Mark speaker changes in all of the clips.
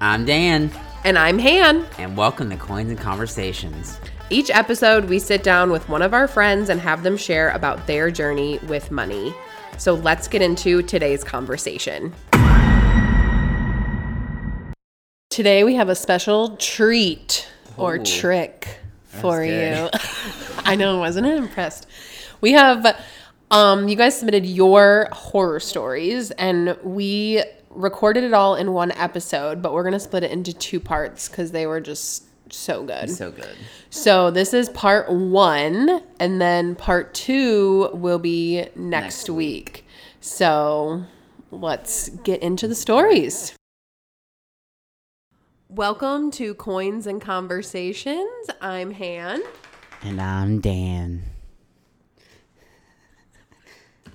Speaker 1: I'm Dan,
Speaker 2: And I'm Han.
Speaker 1: and welcome to Coins and Conversations.
Speaker 2: Each episode, we sit down with one of our friends and have them share about their journey with money. So let's get into today's conversation. Today, we have a special treat or
Speaker 1: Ooh.
Speaker 2: trick for you.
Speaker 1: good.
Speaker 2: I know, wasn't it impressed? We have, um, you guys submitted your horror stories, and we recorded it all in one episode, but we're gonna split it into two parts because they were just so good.
Speaker 1: So good.
Speaker 2: So this is part one, and then part two will be next,
Speaker 1: Next
Speaker 2: week. So let's get into the stories. Welcome to Coins and Conversations. I'm Han.
Speaker 1: And I'm Dan.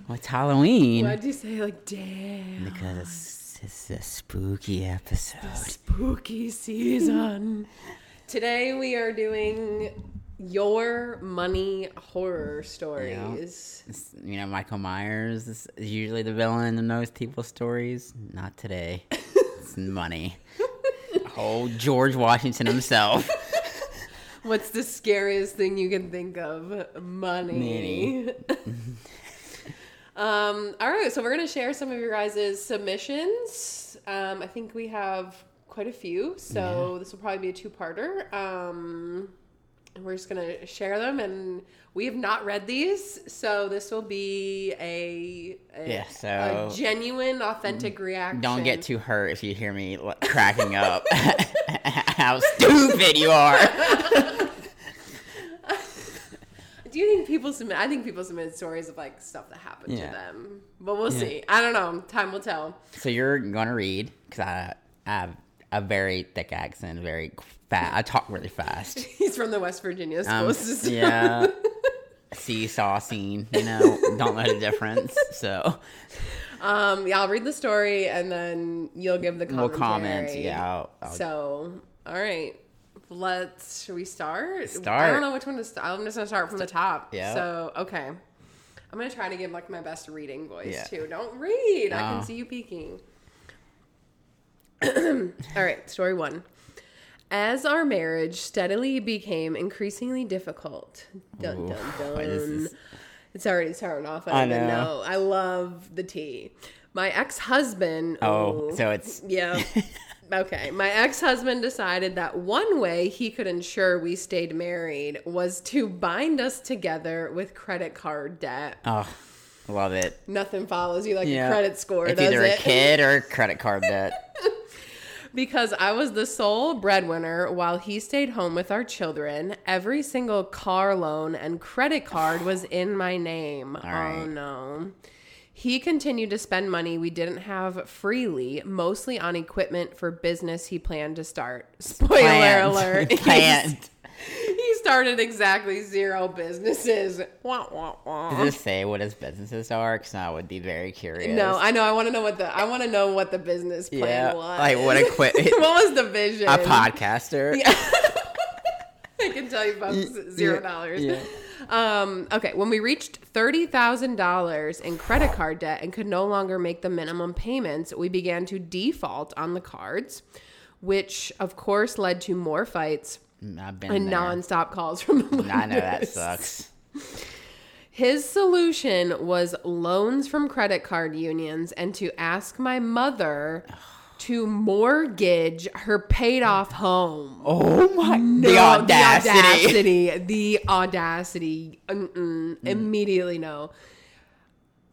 Speaker 1: Well, it's Halloween.
Speaker 2: Why'd you say like damn
Speaker 1: Because it's, it's a spooky episode.
Speaker 2: spooky season? Today we are doing your money horror stories.
Speaker 1: It's- you know, Michael Myers is usually the villain in most people's stories. Not today. it's money. Oh, George Washington himself.
Speaker 2: What's the scariest thing you can think of? Money. um, all right, so we're gonna share some of your guys' submissions. Um, I think we have quite a few, so this will probably be a two-parter. Um, and we're just gonna share them, and we have not read these, so this will be a, a
Speaker 1: Yeah,
Speaker 2: a
Speaker 1: so-
Speaker 2: genuine, authentic reaction.
Speaker 1: Don't get too hurt if you hear me like, cracking up. How stupid you are.
Speaker 2: Do you think people submit? I think people submitted stories of like stuff that happened
Speaker 1: Yeah.
Speaker 2: to them, but we'll see. I don't know. Time will tell.
Speaker 1: So you're gonna read because I, I have a very thick accent, very fast. I talk really fast.
Speaker 2: He's from the West Virginia school
Speaker 1: Um,
Speaker 2: system.
Speaker 1: yeah. Seesaw scene, you know, don't know the difference. So
Speaker 2: Um, yeah, I'll read the story and then you'll give the
Speaker 1: we'll
Speaker 2: commentary.
Speaker 1: comment. Yeah, oh, I'll, I'll
Speaker 2: So, all right. Let's. Should we start? I
Speaker 1: Start.
Speaker 2: don't know which one to start. I'm just gonna start from the top.
Speaker 1: Yeah.
Speaker 2: So okay. I'm gonna try to give like my best reading voice
Speaker 1: Yeah. Uh.
Speaker 2: too. Don't read. I
Speaker 1: No.
Speaker 2: can see you peeking. All right, story one. As our marriage steadily became increasingly difficult, dun
Speaker 1: Ooh,
Speaker 2: dun dun.
Speaker 1: why does this-
Speaker 2: It's already starting off.
Speaker 1: I
Speaker 2: I don't even
Speaker 1: know.
Speaker 2: know. I love the tea. My ex husband.
Speaker 1: Oh, so it's
Speaker 2: Yeah. okay. My ex husband decided that one way he could ensure we stayed married was to bind us together with credit card debt.
Speaker 1: oh, love it.
Speaker 2: Nothing follows you like a credit score,
Speaker 1: It's
Speaker 2: does
Speaker 1: either
Speaker 2: it?
Speaker 1: a kid or credit card debt.
Speaker 2: Because I was the sole breadwinner while he stayed home with our children. Every single car loan and credit card was in my name.
Speaker 1: right.
Speaker 2: Oh no. He continued to spend money we didn't have freely, mostly on equipment for business he planned to start. Spoiler
Speaker 1: Planned.
Speaker 2: alert.
Speaker 1: Planned.
Speaker 2: He started exactly zero businesses. Wah, wah, wah.
Speaker 1: Does it say what his businesses are? Because I would be very curious.
Speaker 2: No, I know. I want to know what the I want to know what the business plan
Speaker 1: Yeah,
Speaker 2: was.
Speaker 1: like, what equip-
Speaker 2: what was the vision?
Speaker 1: a podcaster.
Speaker 2: I can tell you folks zero dollars.
Speaker 1: yeah.
Speaker 2: Um, okay, when we reached thirty thousand dollars in credit card debt and could no longer make the minimum payments, we began to default on the cards, which of course led to more fights
Speaker 1: Mm, I've been
Speaker 2: and
Speaker 1: there.
Speaker 2: nonstop calls from the lenders.
Speaker 1: I know that sucks.
Speaker 2: His solution was loans from credit card unions and to ask my mother to mortgage her paid off home.
Speaker 1: Oh my!
Speaker 2: No,
Speaker 1: the audacity.
Speaker 2: The audacity. The audacity.
Speaker 1: Mm.
Speaker 2: Mm-mm. Immediately no.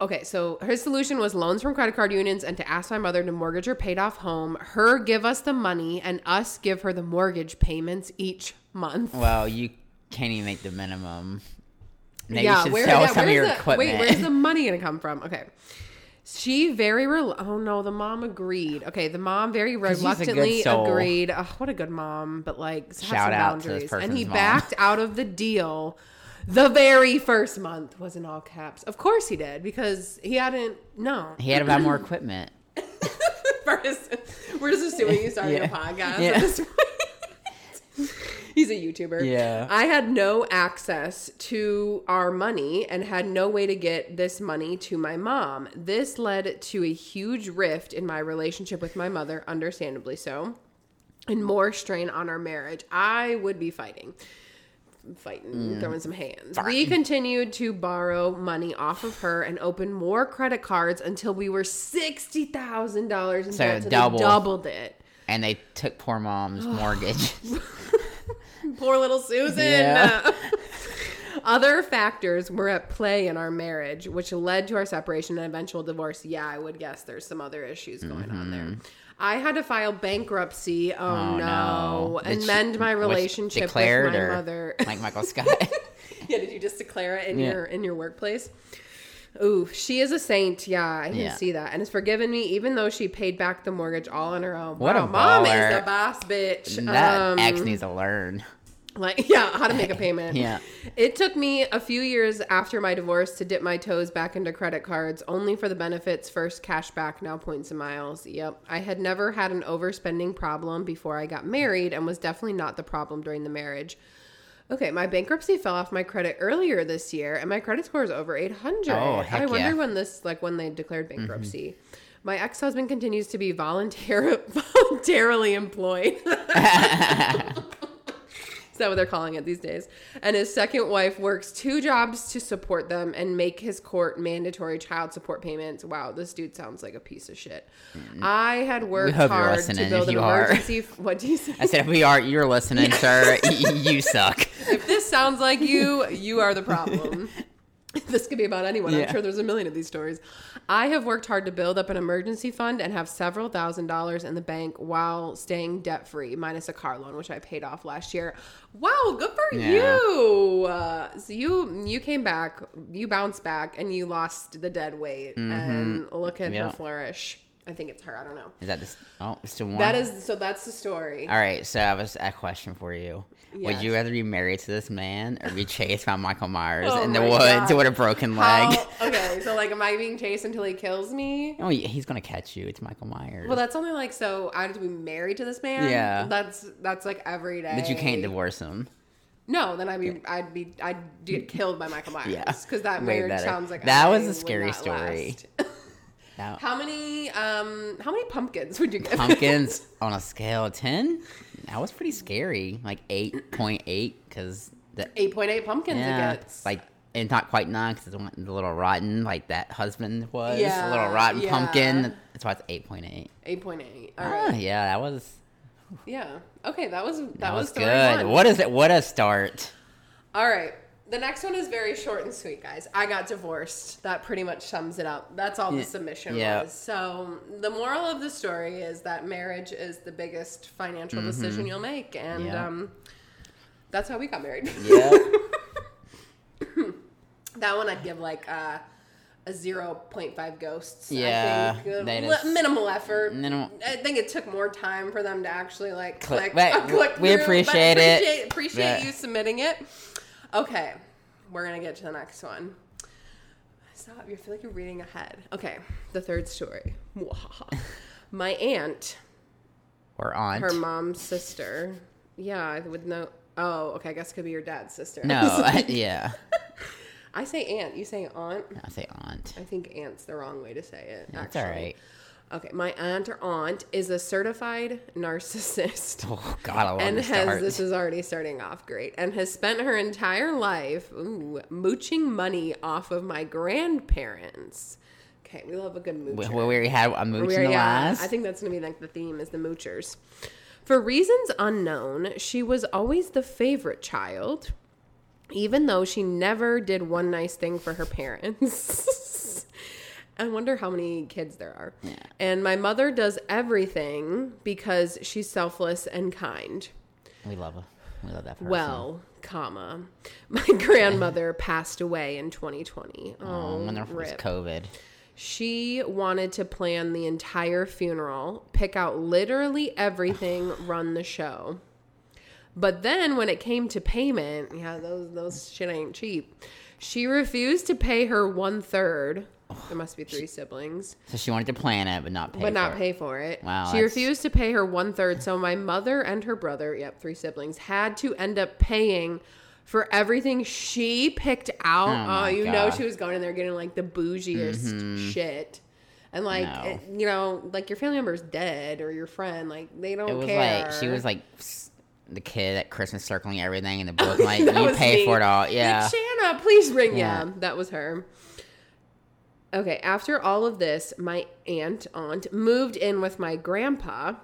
Speaker 2: Okay, so her solution was loans from credit card unions and to ask my mother to mortgage her paid off home, her give us the money, and us give her the mortgage payments each month.
Speaker 1: Well, you can't even make the minimum. Maybe you
Speaker 2: yeah,
Speaker 1: should
Speaker 2: where,
Speaker 1: sell
Speaker 2: yeah,
Speaker 1: some of
Speaker 2: where's
Speaker 1: your
Speaker 2: the,
Speaker 1: equipment.
Speaker 2: Wait, where's the money gonna come from? Okay. She very rel- oh no, the mom agreed. Okay, the mom very
Speaker 1: she's a good
Speaker 2: reluctantly
Speaker 1: soul.
Speaker 2: agreed. Ugh, what a good mom, but like have
Speaker 1: Shout
Speaker 2: some
Speaker 1: out to this
Speaker 2: boundaries. and
Speaker 1: person's
Speaker 2: he
Speaker 1: mom.
Speaker 2: backed out of the deal. The very first month was in all caps. Of course he did because he hadn't no.
Speaker 1: he had to buy more equipment.
Speaker 2: First, we're just assuming you started
Speaker 1: Yeah.
Speaker 2: a podcast
Speaker 1: Yeah.
Speaker 2: at this point. He's a YouTuber.
Speaker 1: Yeah.
Speaker 2: I had no access to our money and had no way to get this money to my mom. This led to a huge rift in my relationship with my mother, understandably so. and more strain on our marriage, I would be fighting. Fighting,
Speaker 1: Mm.
Speaker 2: throwing some hands. We continued to borrow money off of her and open more credit cards until we were sixty thousand dollars in
Speaker 1: So
Speaker 2: debt. So they
Speaker 1: double.
Speaker 2: doubled it.
Speaker 1: And they took poor mom's mortgage.
Speaker 2: Poor little Susan.
Speaker 1: Yeah.
Speaker 2: Other factors were at play in our marriage, which led to our separation and eventual divorce. Yeah, I would guess there's some other issues going on there. I had to file bankruptcy. Oh,
Speaker 1: Mm-hmm. Oh,
Speaker 2: no.
Speaker 1: no.
Speaker 2: And
Speaker 1: Did she-
Speaker 2: mend my
Speaker 1: was
Speaker 2: relationship with
Speaker 1: declared
Speaker 2: my
Speaker 1: or-
Speaker 2: mother.
Speaker 1: like Michael Scott.
Speaker 2: yeah, did you just declare it in
Speaker 1: Yeah.
Speaker 2: your in your workplace? Ooh, she is a saint. Yeah, I can
Speaker 1: Yeah.
Speaker 2: see that, and has forgiven me, even though she paid back the mortgage all on her own.
Speaker 1: What a
Speaker 2: mom is
Speaker 1: baller.
Speaker 2: the boss, bitch.
Speaker 1: that
Speaker 2: Um,
Speaker 1: ex needs to learn.
Speaker 2: like yeah how to make a payment
Speaker 1: Eh, Yeah.
Speaker 2: it took me a few years after my divorce to dip my toes back into credit cards only for the benefits first cash back now points and miles yep i had never had an overspending problem before i got married and was definitely not the problem during the marriage okay my bankruptcy fell off my credit earlier this year and my credit score is over 800
Speaker 1: Oh, heck
Speaker 2: i wonder
Speaker 1: yeah. Mm-hmm.
Speaker 2: when this like when they declared bankruptcy My ex-husband continues to be voluntar- voluntarily employed. Is that what they're calling it these days? And his second wife works two jobs to support them and make his court mandatory child support payments. Wow, this dude sounds like a piece of shit. I had worked
Speaker 1: Mm-hmm. hope you're
Speaker 2: hard to
Speaker 1: listening,
Speaker 2: build
Speaker 1: if
Speaker 2: an
Speaker 1: you are.
Speaker 2: emergency. What do you say?
Speaker 1: I said, if we are, you're listening, sir. y- y- you suck.
Speaker 2: if this sounds like you, you are the problem. this could be about anyone. I'm
Speaker 1: Yeah.
Speaker 2: sure there's a million of these stories. I have worked hard to build up an emergency fund and have several thousand dollars in the bank while staying debt free, minus a car loan which I paid off last year. Wow, good for
Speaker 1: Yeah.
Speaker 2: you. Uh, so you you came back, you bounced back, and you lost the dead weight. And look at
Speaker 1: Yeah.
Speaker 2: her flourish. I think it's her. I don't know.
Speaker 1: Is that this? Oh, it's still one.
Speaker 2: That is so. That's the story.
Speaker 1: All right, so I have a s- a question for you. Would
Speaker 2: Yes.
Speaker 1: you rather be married to this man or be chased by Michael Myers
Speaker 2: Oh
Speaker 1: in the
Speaker 2: my
Speaker 1: woods
Speaker 2: God.
Speaker 1: with a broken
Speaker 2: How-
Speaker 1: leg?
Speaker 2: okay, so like, am I being chased until he kills me?
Speaker 1: Oh, yeah, he's gonna catch you. It's Michael Myers.
Speaker 2: Well, that's only like so. I have to be married to this man.
Speaker 1: Yeah.
Speaker 2: that's that's like every day.
Speaker 1: but you can't divorce him.
Speaker 2: No, then I'd be I'd be I'd get killed by Michael Myers.
Speaker 1: Yeah.
Speaker 2: because that
Speaker 1: Way
Speaker 2: marriage
Speaker 1: better.
Speaker 2: sounds like
Speaker 1: That
Speaker 2: I
Speaker 1: was a
Speaker 2: would
Speaker 1: scary
Speaker 2: not
Speaker 1: story.
Speaker 2: last.
Speaker 1: Now,
Speaker 2: how many um how many pumpkins would you get?
Speaker 1: pumpkins on a scale of ten, that was pretty scary. Like eight point eight, because the
Speaker 2: Eight point eight pumpkins.
Speaker 1: yeah,
Speaker 2: it gets.
Speaker 1: like and not quite nine because it's a little rotten. Like that husband was a
Speaker 2: Yeah,
Speaker 1: little rotten
Speaker 2: yeah.
Speaker 1: pumpkin. That's why it's eight point eight.
Speaker 2: eight point eight. All
Speaker 1: Ah,
Speaker 2: right.
Speaker 1: yeah, that was
Speaker 2: Yeah. Okay, that was that,
Speaker 1: that,
Speaker 2: was,
Speaker 1: was,
Speaker 2: story
Speaker 1: good.
Speaker 2: One.
Speaker 1: What is it? What a start.
Speaker 2: All right. The next one is very short and sweet, guys. I got divorced. That pretty much sums it up. That's all the
Speaker 1: Yeah.
Speaker 2: submission
Speaker 1: Yeah.
Speaker 2: was. So, the moral of the story is that marriage is the biggest financial decision you'll make. And
Speaker 1: Mm-hmm. Yeah.
Speaker 2: um, that's how we got married.
Speaker 1: Yeah.
Speaker 2: that one I'd give like uh, a 0.5 ghosts.
Speaker 1: Yeah,
Speaker 2: I think. Uh,
Speaker 1: they
Speaker 2: li-
Speaker 1: just-
Speaker 2: minimal effort.
Speaker 1: Minimal-
Speaker 2: I think it took more time for them to actually like
Speaker 1: Click-
Speaker 2: click.
Speaker 1: but
Speaker 2: uh, click
Speaker 1: we
Speaker 2: through, but
Speaker 1: appreciate it.
Speaker 2: Appreciate, appreciate
Speaker 1: Yeah.
Speaker 2: you submitting it. Okay, we're gonna get to the next one. Stop! You feel like you're reading ahead. Okay, the third story. My aunt
Speaker 1: or aunt.
Speaker 2: her mom's sister. Yeah, I would know. Oh, okay. I guess it could be your dad's sister.
Speaker 1: no, yeah.
Speaker 2: I say aunt. You say aunt.
Speaker 1: I say aunt.
Speaker 2: I think aunt's the wrong way to say it.
Speaker 1: That's
Speaker 2: actually.
Speaker 1: all right.
Speaker 2: Okay, my aunt or aunt is a certified narcissist.
Speaker 1: Oh God, I love
Speaker 2: and
Speaker 1: this
Speaker 2: has
Speaker 1: start.
Speaker 2: this is already starting off great and has spent her entire life ooh, mooching money off of my grandparents. Okay, we love a good moocher.
Speaker 1: we, we already had a mooch in the
Speaker 2: We're- yeah,
Speaker 1: last.
Speaker 2: I think that's gonna be like the theme is the moochers. For reasons unknown, she was always the favorite child, even though she never did one nice thing for her parents. I wonder how many kids there are. And my mother does everything because she's selfless and kind.
Speaker 1: we love her. We love that person.
Speaker 2: Well, comma, my grandmother passed away in 2020. Oh,
Speaker 1: Um, when there was
Speaker 2: rip.
Speaker 1: COVID.
Speaker 2: She wanted to plan the entire funeral, pick out literally everything, run the show. But then when it came to payment, yeah, those those shit ain't cheap. She refused to pay her one third. There must be three siblings,
Speaker 1: So she wanted to plan it, but not pay.
Speaker 2: but not
Speaker 1: for it.
Speaker 2: pay for it.
Speaker 1: Wow,
Speaker 2: she
Speaker 1: that's-
Speaker 2: refused to pay her one third, so my mother and her brother, yep, three siblings, had to end up paying for everything she picked out.
Speaker 1: Oh
Speaker 2: Oh,
Speaker 1: my
Speaker 2: you know
Speaker 1: God. Mm-hmm.
Speaker 2: she was going in there getting like the bougiest shit. and like
Speaker 1: No.
Speaker 2: it- you know like your family member's dead or your friend like they don't
Speaker 1: It was
Speaker 2: care.
Speaker 1: like she was like s- the kid at Christmas circling everything in the book. like
Speaker 2: That
Speaker 1: you
Speaker 2: was
Speaker 1: pay
Speaker 2: me.
Speaker 1: for it all.
Speaker 2: Like,
Speaker 1: Yeah.
Speaker 2: Shanna, please ring. Yeah.
Speaker 1: Yeah.
Speaker 2: that was her. Okay, after all of this, my aunt aunt moved in with my grandpa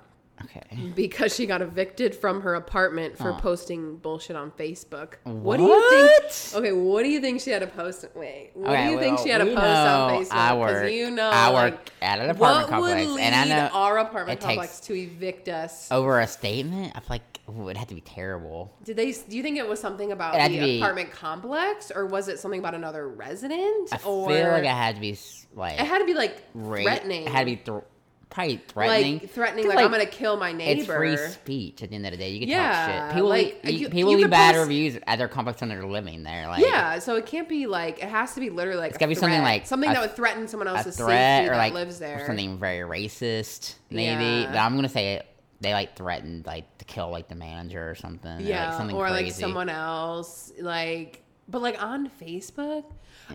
Speaker 1: okay.
Speaker 2: because she got evicted from her apartment for
Speaker 1: Huh.
Speaker 2: posting bullshit on Facebook. What? do you
Speaker 1: What?
Speaker 2: think? Okay, what do you think she had a post? Wait, what
Speaker 1: Okay,
Speaker 2: do you think
Speaker 1: well,
Speaker 2: she had a
Speaker 1: we
Speaker 2: post on
Speaker 1: know
Speaker 2: Facebook?
Speaker 1: I work-
Speaker 2: you know,
Speaker 1: I
Speaker 2: like,
Speaker 1: work at an apartment
Speaker 2: what
Speaker 1: complex,
Speaker 2: would lead
Speaker 1: and I know
Speaker 2: our apartment
Speaker 1: it takes- Oh.
Speaker 2: complex to evict us?
Speaker 1: Over a statement, I feel like ooh, it'd have to be terrible.
Speaker 2: Did they? Do you think it was something about
Speaker 1: It had
Speaker 2: the
Speaker 1: to be-
Speaker 2: apartment complex, or was it something about another resident?
Speaker 1: I
Speaker 2: or
Speaker 1: feel like I had to be s- like
Speaker 2: it had to be like
Speaker 1: ra-
Speaker 2: threatening.
Speaker 1: It had to be thr probably threatening.
Speaker 2: like threatening,
Speaker 1: 'Cause,
Speaker 2: like, I'm gonna kill my neighbor.
Speaker 1: It's free speech at the end of the day. You can
Speaker 2: Yeah,
Speaker 1: talk shit. People
Speaker 2: like,
Speaker 1: leave,
Speaker 2: you-
Speaker 1: people
Speaker 2: you
Speaker 1: leave
Speaker 2: could
Speaker 1: bad
Speaker 2: post-
Speaker 1: reviews at their complex when they're living there. Like
Speaker 2: Yeah, so it can't be like it has to be literally like it's
Speaker 1: gotta be something like
Speaker 2: something
Speaker 1: a-
Speaker 2: that would threaten someone
Speaker 1: a
Speaker 2: else's
Speaker 1: threat
Speaker 2: safety
Speaker 1: or like
Speaker 2: that lives there.
Speaker 1: something very racist, maybe.
Speaker 2: Yeah.
Speaker 1: But I'm gonna say it. They like threatened like to kill like the manager or something. or,
Speaker 2: yeah,
Speaker 1: like, something
Speaker 2: or
Speaker 1: crazy.
Speaker 2: like someone else, like but like on Facebook,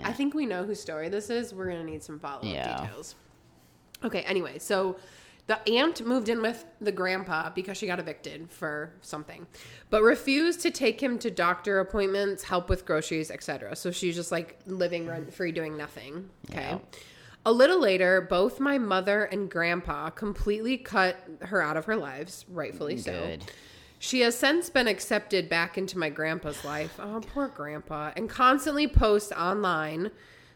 Speaker 2: I think we know whose story this is. We're gonna need some follow up
Speaker 1: Yeah.
Speaker 2: details. Okay, anyway, so the aunt moved in with the grandpa because she got evicted for something, but refused to take him to doctor appointments, help with groceries, etc. So she's just like living rent free, doing nothing. Okay.
Speaker 1: Yeah.
Speaker 2: A little later, both my mother and grandpa completely cut her out of her lives, rightfully so.
Speaker 1: Good.
Speaker 2: She has since been accepted back into my grandpa's life. Oh, poor grandpa. And constantly posts online.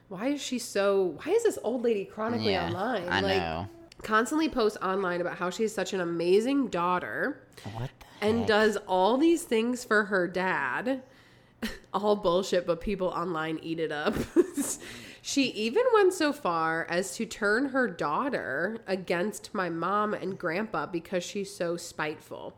Speaker 2: Why is she so why is this old lady chronically
Speaker 1: Yeah,
Speaker 2: online?
Speaker 1: I know.
Speaker 2: Constantly posts online about how she's such an amazing daughter
Speaker 1: What the
Speaker 2: and
Speaker 1: heck?
Speaker 2: does all these things for her dad. all bullshit, but people online eat it up. she even went so far as to turn her daughter against my mom and grandpa because she's so spiteful.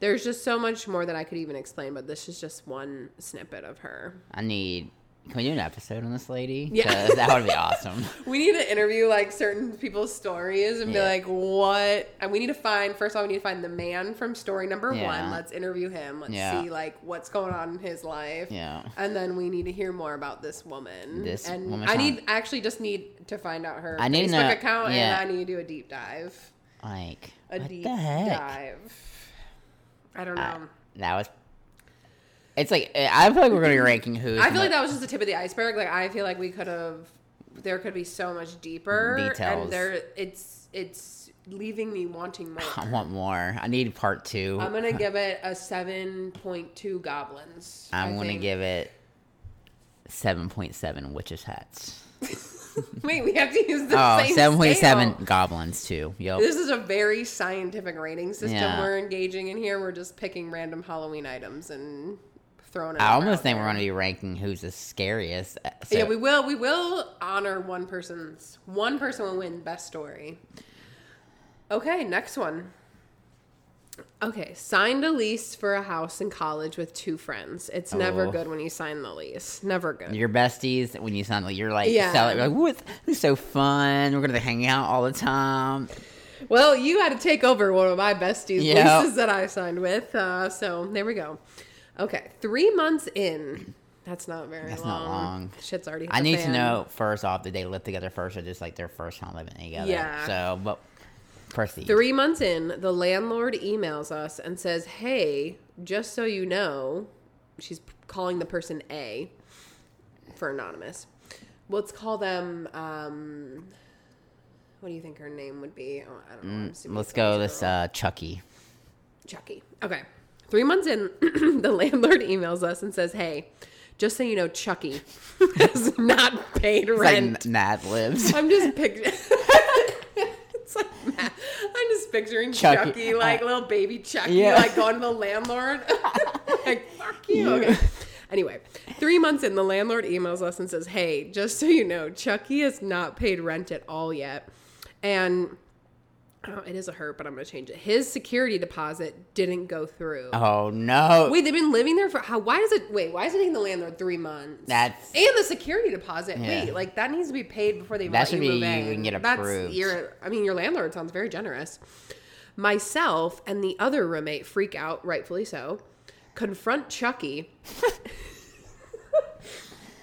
Speaker 2: There's just so much more that I could even explain, but this is just one snippet of her.
Speaker 1: I need. Can we do an episode on this lady?
Speaker 2: Yeah.
Speaker 1: 'Cause that would be awesome.
Speaker 2: We need to interview like certain people's stories and
Speaker 1: Yeah.
Speaker 2: be like, what? And we need to find first of all, we need to find the man from story number one.
Speaker 1: Yeah.
Speaker 2: Let's interview him. Let's
Speaker 1: Yeah.
Speaker 2: see like what's going on in his life.
Speaker 1: Yeah.
Speaker 2: And then we need to hear more about this woman.
Speaker 1: This
Speaker 2: and
Speaker 1: woman's
Speaker 2: I
Speaker 1: not-
Speaker 2: need I actually just need to find out her
Speaker 1: I need to
Speaker 2: Facebook
Speaker 1: know-
Speaker 2: account
Speaker 1: yeah.
Speaker 2: and I need to do a deep dive.
Speaker 1: Like
Speaker 2: A
Speaker 1: what
Speaker 2: deep
Speaker 1: the heck?
Speaker 2: dive. I don't know.
Speaker 1: I- that was. It's like I feel like we're gonna be ranking who's.
Speaker 2: I feel like
Speaker 1: mo-
Speaker 2: that was just the tip of the iceberg. Like I feel like we could have there could be so much deeper
Speaker 1: Details.
Speaker 2: and there it's it's leaving me wanting more.
Speaker 1: I want more. I need part 2
Speaker 2: I'm gonna give it a seven point two goblins.
Speaker 1: I'm
Speaker 2: I
Speaker 1: gonna
Speaker 2: think.
Speaker 1: give it seven point seven witches hats.
Speaker 2: Wait, we have to use the
Speaker 1: Oh,
Speaker 2: same
Speaker 1: 7.7
Speaker 2: scale.
Speaker 1: goblins too. Yep.
Speaker 2: This is a very scientific rating system
Speaker 1: Yeah.
Speaker 2: we're engaging in here. We're just picking random Halloween items and throwing. it
Speaker 1: I
Speaker 2: out
Speaker 1: almost think
Speaker 2: there.
Speaker 1: we're gonna be ranking who's the scariest. uh, So,
Speaker 2: yeah, we will. We will honor one person's. One person will win best story. Okay, next one. Okay, signed a lease for a house in college with two friends. It's never
Speaker 1: Oh.
Speaker 2: good when you sign the lease. Never good.
Speaker 1: your besties when you sound like you're like
Speaker 2: Yeah.
Speaker 1: yeah. you're like, what this is so fun. We're gonna hang out all the time.
Speaker 2: Well, you had to take over one of my besties
Speaker 1: Yeah.
Speaker 2: leases that I signed with. Uh, so there we go. Okay, three months in. That's not very
Speaker 1: That's
Speaker 2: long.
Speaker 1: not long.
Speaker 2: Shit's already. hit
Speaker 1: I
Speaker 2: the
Speaker 1: need
Speaker 2: fan.
Speaker 1: to know first off, did they live together first or just like their first time living together?
Speaker 2: Yeah.
Speaker 1: So but proceed.
Speaker 2: Three months in, the landlord emails us and says, Hey, just so you know, she's p- calling the person A for anonymous. Let's call them, um, what do you think her name would be? Oh, I don't know. I'm assuming
Speaker 1: Mm, Let's
Speaker 2: it's always
Speaker 1: go this
Speaker 2: girl.
Speaker 1: uh Chucky.
Speaker 2: Chucky. Okay. Three months in, the landlord emails us and says, Hey, just so you know, Chucky has not paid
Speaker 1: It's like
Speaker 2: rent.
Speaker 1: M- Mad Libs.
Speaker 2: I'm just picturing. it's like mad. I'm just picturing Chucky,
Speaker 1: Chucky.
Speaker 2: like little baby Chucky,
Speaker 1: Yeah.
Speaker 2: like going to the landlord. like fuck you. Okay. Anyway, three months in, the landlord emails us and says, "Hey, just so you know, Chucky has not paid rent at all yet, and." Oh, it is a hurt, but I'm gonna change it. His security deposit didn't go through.
Speaker 1: oh no.
Speaker 2: Wait, they've been living there for how? Why does it? Wait, why is it taking the landlord three months?
Speaker 1: That's
Speaker 2: And the security deposit.
Speaker 1: Yeah.
Speaker 2: Wait, like that needs to be paid before they
Speaker 1: That
Speaker 2: let
Speaker 1: should
Speaker 2: you
Speaker 1: be-
Speaker 2: move in.
Speaker 1: you can get
Speaker 2: That's
Speaker 1: approved.
Speaker 2: your. I mean, your landlord sounds very generous. Myself and the other roommate freak out, rightfully so. Confront Chucky.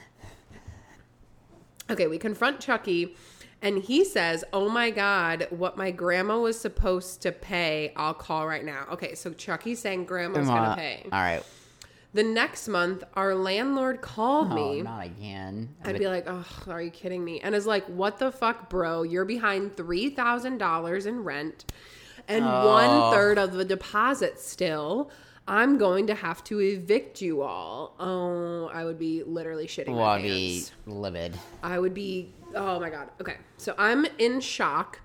Speaker 2: okay, we confront Chucky And he says, Oh my God, what my grandma was supposed to pay, I'll call right now. Okay, so Chucky's saying grandma's going
Speaker 1: Grandma-
Speaker 2: to pay.
Speaker 1: All right.
Speaker 2: The next month, our landlord called
Speaker 1: Oh,
Speaker 2: me.
Speaker 1: not again.
Speaker 2: I'd be like, oh, are you kidding me? And is like, what the fuck, bro? You're behind $3,000 in rent and one third of the deposit still. I'm going to have to evict you all. Oh, I would be literally shitting
Speaker 1: well,
Speaker 2: my
Speaker 1: I'd be
Speaker 2: pants.
Speaker 1: livid.
Speaker 2: I would be, oh my God. Okay. So I'm in shock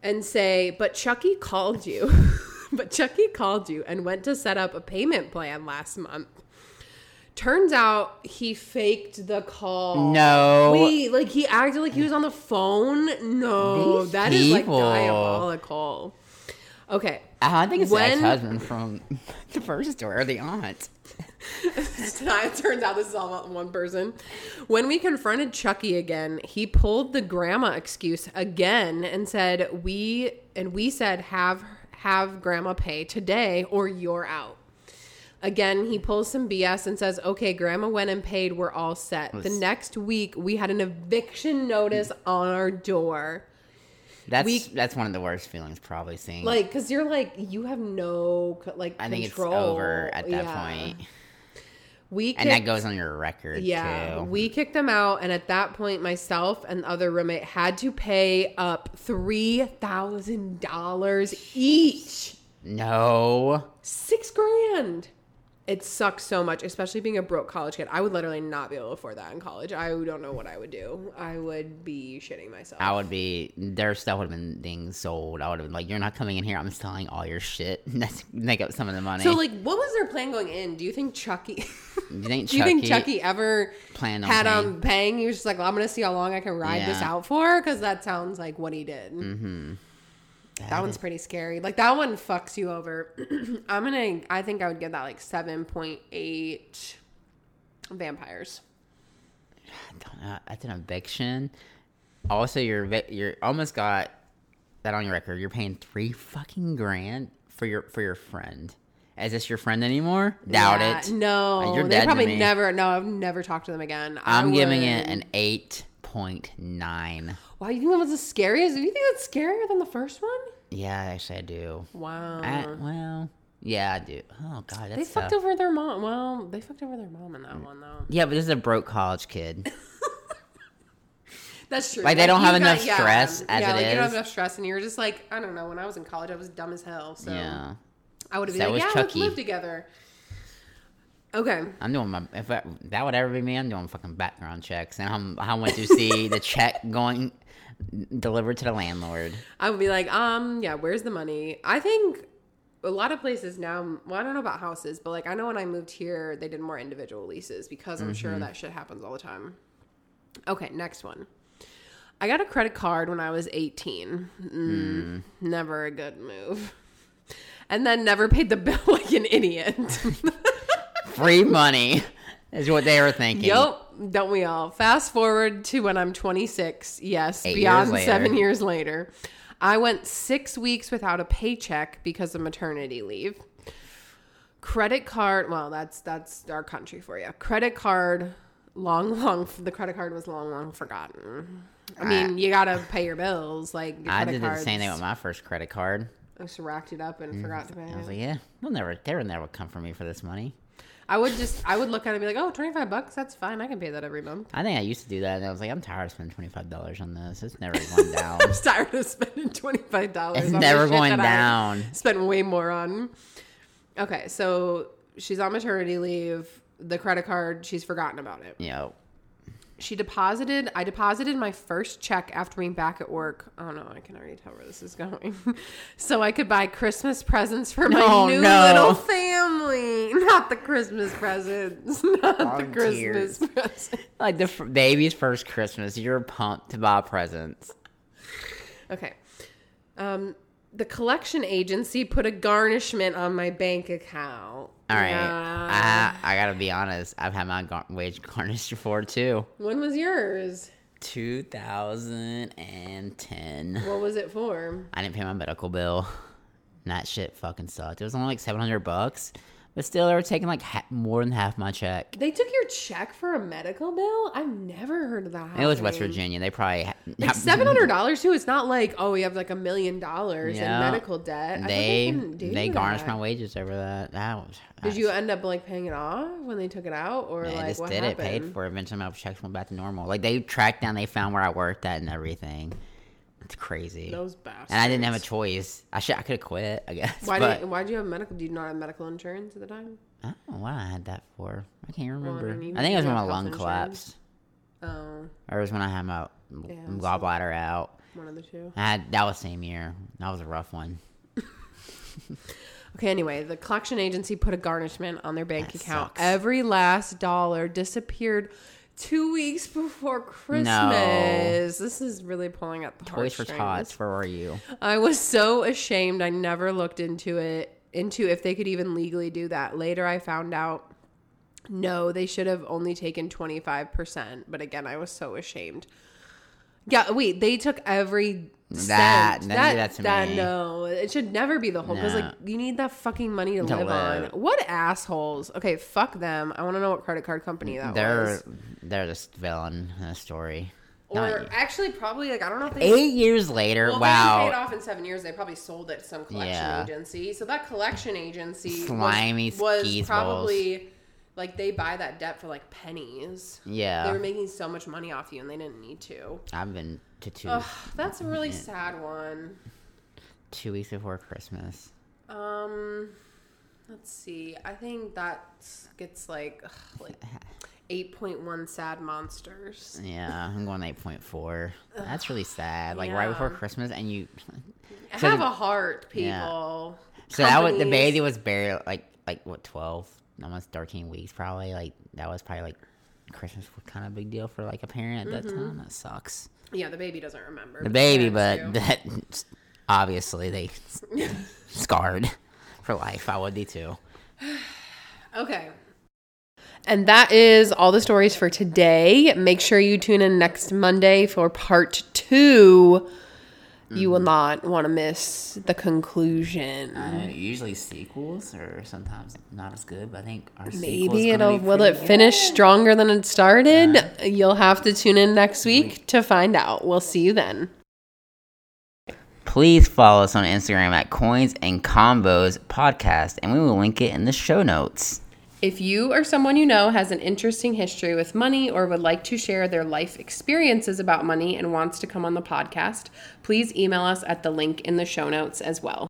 Speaker 2: and say, but Chucky called you. but Chucky called you and went to set up a payment plan last month. Turns out he faked the call.
Speaker 1: No.
Speaker 2: Wait, like he acted like he was on the phone? No.
Speaker 1: These
Speaker 2: that is
Speaker 1: people.
Speaker 2: like diabolical. Okay.
Speaker 1: Uh, I think it's
Speaker 2: When-
Speaker 1: the ex-husband from the first story or the aunt.
Speaker 2: it turns out this is all about one person. When we confronted Chucky again, he pulled the grandma excuse again and said, "We and we said have have grandma pay today or you're out." Again, he pulls some BS and says, "Okay, grandma went and paid. We're all set." The
Speaker 1: Was-
Speaker 2: next week, we had an eviction notice on our door.
Speaker 1: That's
Speaker 2: We-
Speaker 1: that's one of the worst feelings probably seeing.
Speaker 2: Like, cause you're like, you have no co- like.
Speaker 1: I think
Speaker 2: control.
Speaker 1: it's over at that
Speaker 2: Yeah.
Speaker 1: point,
Speaker 2: We
Speaker 1: and that
Speaker 2: kicked-
Speaker 1: goes on your record
Speaker 2: Yeah,
Speaker 1: too.
Speaker 2: we kicked them out, and at that point, myself and the other roommate had to pay up three thousand dollars each,
Speaker 1: no,
Speaker 2: six grand. It sucks so much, especially being a broke college kid. I would literally not be able to afford that in college. I don't know what I would do. I would be shitting myself.
Speaker 1: I would be their stuff would have been being sold. I would have been like, "You're not coming in here. I'm selling all your shit. Let's make up some of the money."
Speaker 2: so, like, what was their plan going in? Do you think Chucky?
Speaker 1: you think E
Speaker 2: do you think Chucky ever
Speaker 1: planned on
Speaker 2: had
Speaker 1: paying?
Speaker 2: um paying? He was just like, well, I'm gonna see how long I can ride this
Speaker 1: Yeah. Mm-hmm.
Speaker 2: out for, because that sounds like what he did. That one's pretty scary. Like that one fucks you over. I'm gonna. I think I would give that like seven point eight vampires.
Speaker 1: Don't know. That's an eviction. Also, you're evi- you're almost got that on your record. You're paying three fucking grand for your for your friend. Is this your friend anymore? Doubt
Speaker 2: Yeah,
Speaker 1: it.
Speaker 2: No,
Speaker 1: Uh, you're
Speaker 2: they
Speaker 1: dead to
Speaker 2: probably
Speaker 1: me.
Speaker 2: never. No, I've never talked to them again. I
Speaker 1: I'm giving it
Speaker 2: would-
Speaker 1: an eight point nine.
Speaker 2: Wow, you think that was the scariest? Do you think that's scarier than the first one?
Speaker 1: Yeah, actually, I do.
Speaker 2: Wow.
Speaker 1: I- well, yeah, I do. Oh god, that's
Speaker 2: they fucked
Speaker 1: tough. Mm.
Speaker 2: over their mom. Well, they fucked over their mom in that one though.
Speaker 1: Yeah, but this is a broke college kid.
Speaker 2: That's true.
Speaker 1: Like, they don't
Speaker 2: you
Speaker 1: have
Speaker 2: got-
Speaker 1: enough stress as
Speaker 2: yeah,
Speaker 1: it
Speaker 2: like, You don't have
Speaker 1: is.
Speaker 2: enough stress, and you're just like, I don't know. When I was in college, I was dumb as hell. So
Speaker 1: Yeah,
Speaker 2: I would have
Speaker 1: That
Speaker 2: been like,
Speaker 1: was
Speaker 2: yeah, let's
Speaker 1: Chucky.
Speaker 2: live together. Okay.
Speaker 1: I'm doing my if I, that would ever be me. I'm doing fucking background checks, and I'm I went to see the check going delivered to the landlord.
Speaker 2: I would be like, um, yeah, where's the money? I think a lot of places now, well, I don't know about houses, but like I know when I moved here, they did more individual leases because I'm sure that shit happens all the time. Okay, next one. I got a credit card when I was 18. Mm, Never a good move. And then never paid the bill like an idiot.
Speaker 1: Free money is what they were thinking.
Speaker 2: Yep, don't we all? Fast forward to when I'm 26. Yes,
Speaker 1: Eight
Speaker 2: beyond
Speaker 1: years later.
Speaker 2: seven years later. I went six weeks without a paycheck because of maternity leave. Credit card, well, that's that's our country for you. Credit card, long, long. The credit card was long, long forgotten. I mean, you gotta pay your bills. Like your
Speaker 1: I
Speaker 2: credit
Speaker 1: did the
Speaker 2: cards,
Speaker 1: same thing with my first credit card.
Speaker 2: I just racked it up and forgot to pay.
Speaker 1: I was
Speaker 2: it.
Speaker 1: like, yeah, they'll never, they will never come for me for this money.
Speaker 2: I would just, I would look at it and be like, oh, 25 bucks, that's fine. I can pay that every month.
Speaker 1: I think I used to do that, and I was like, I'm tired of spending twenty five dollars on this. It's never going down.
Speaker 2: I'm tired of spending twenty five dollars.
Speaker 1: It's never going down.
Speaker 2: Spent way more on. Okay, so she's on maternity leave. The credit card, she's forgotten about it.
Speaker 1: You know,
Speaker 2: She deposited. I deposited my first check after being back at work. Oh no, I can already tell where this is going. so I could buy Christmas presents for my
Speaker 1: No,
Speaker 2: new
Speaker 1: Oh, no.
Speaker 2: little family. Not the Christmas presents. Not the
Speaker 1: I'm
Speaker 2: Christmas
Speaker 1: tears.
Speaker 2: presents.
Speaker 1: like the f- baby's first Christmas, you're pumped to buy presents.
Speaker 2: Okay. Um, the collection agency put a garnishment on my bank account.
Speaker 1: All right,
Speaker 2: Yeah.
Speaker 1: I, I gotta be honest. I've had my gar- wage garnished before too.
Speaker 2: when was yours?
Speaker 1: 2010.
Speaker 2: What was it for?
Speaker 1: I didn't pay my medical bill. And that shit fucking sucked. It was only like 700 bucks, But still, they were taking like ha- more than half my check.
Speaker 2: They took your check for a medical bill? I've never heard of that.
Speaker 1: And it was West
Speaker 2: happening.
Speaker 1: Virginia. They probably ha-
Speaker 2: Like seven hundred dollars too. It's not like oh, we have like a million dollars in
Speaker 1: Yeah.
Speaker 2: medical debt. I thought
Speaker 1: They
Speaker 2: couldn't do
Speaker 1: they garnished
Speaker 2: that.
Speaker 1: my wages over that. That was.
Speaker 2: Did you end up like paying it off when they took it out, or
Speaker 1: I
Speaker 2: like
Speaker 1: just
Speaker 2: what
Speaker 1: did
Speaker 2: happened?
Speaker 1: it. Paid for it. Eventually, my checks went back to normal. Like they tracked down, they found where I worked at and everything. It's crazy.
Speaker 2: Those bastards.
Speaker 1: and I didn't have a choice. I should I could have quit. I guess.
Speaker 2: Why
Speaker 1: but,
Speaker 2: did you, why do you have medical? Do you not have medical insurance at the time?
Speaker 1: I don't know what Oh, I had that for. I can't remember.
Speaker 2: mean, you-
Speaker 1: I think it was
Speaker 2: you
Speaker 1: when my
Speaker 2: have
Speaker 1: lung
Speaker 2: health insurance.
Speaker 1: collapsed,
Speaker 2: Oh,
Speaker 1: or it was when I had my
Speaker 2: Yeah,
Speaker 1: m
Speaker 2: so-
Speaker 1: gallbladder out.
Speaker 2: one of the two.
Speaker 1: I had, that was same year. That was a rough one.
Speaker 2: Okay. Anyway, the collection agency put a garnishment on their bank
Speaker 1: That
Speaker 2: account.
Speaker 1: sucks.
Speaker 2: Every last dollar disappeared. Two weeks before Christmas. This is really pulling at the
Speaker 1: Toys for
Speaker 2: heartstrings.
Speaker 1: Tots. Where were you?
Speaker 2: I was so ashamed. I never looked into it, into if they could even legally do that. Later, I found out no, they should have only taken 25%. But again, I was so ashamed. Yeah, wait, they took every. cent.
Speaker 1: That- don't do that to me.
Speaker 2: no, it should never be the whole because
Speaker 1: No.
Speaker 2: like you need that fucking money to,
Speaker 1: To
Speaker 2: live,
Speaker 1: live.
Speaker 2: on. What assholes? Okay, fuck them. I want to know what credit card company that
Speaker 1: They're
Speaker 2: Oh, was.
Speaker 1: they're the villain in the story. Not
Speaker 2: Or
Speaker 1: you.
Speaker 2: actually, probably like I don't know if they
Speaker 1: eight years later.
Speaker 2: Well, wow. they paid
Speaker 1: wow.
Speaker 2: off in seven years. They probably sold it to some collection
Speaker 1: Yeah.
Speaker 2: agency. So that collection agency was-
Speaker 1: Slimy
Speaker 2: was,
Speaker 1: skeezballs.
Speaker 2: probably like they buy that debt for like pennies. They were
Speaker 1: Yeah,
Speaker 2: making so much money off you, and they didn't need to.
Speaker 1: I've been to two
Speaker 2: Ugh, that's a really sad one.
Speaker 1: two weeks before Christmas.
Speaker 2: Um, let's see. I think that gets like ugh, like eight point one sad monsters.
Speaker 1: Yeah, I'm going eight point four. That's really sad. Like right
Speaker 2: Yeah.
Speaker 1: before Christmas, and you. So
Speaker 2: Have
Speaker 1: the-
Speaker 2: a heart,
Speaker 1: Yeah.
Speaker 2: people.
Speaker 1: So that was the
Speaker 2: Companies.
Speaker 1: baby was barely like like what twelve, almost thirteen weeks probably. Like that was probably like Christmas was kind of a big deal for like a parent at that
Speaker 2: Mm-hmm.
Speaker 1: time. That sucks.
Speaker 2: Yeah, the baby doesn't remember.
Speaker 1: The baby, but
Speaker 2: parents do.
Speaker 1: that obviously they s- scarred for life. I would be too.
Speaker 2: Okay. And that is all the stories for today. Make sure you tune in next Monday for part 2 You will not want to miss the conclusion.
Speaker 1: Uh, usually sequels are sometimes not as good, but I think our
Speaker 2: Maybe it'll will it finish stronger than it started? You'll have to tune in next week to find out. We'll see you then.
Speaker 1: Please follow us on Instagram at Coins and Combos Podcast, and we will link it in the show notes.
Speaker 2: If you or someone you know has an interesting history with money or would like to share their life experiences about money and wants to come on the podcast, please email us at the link in the show notes as well.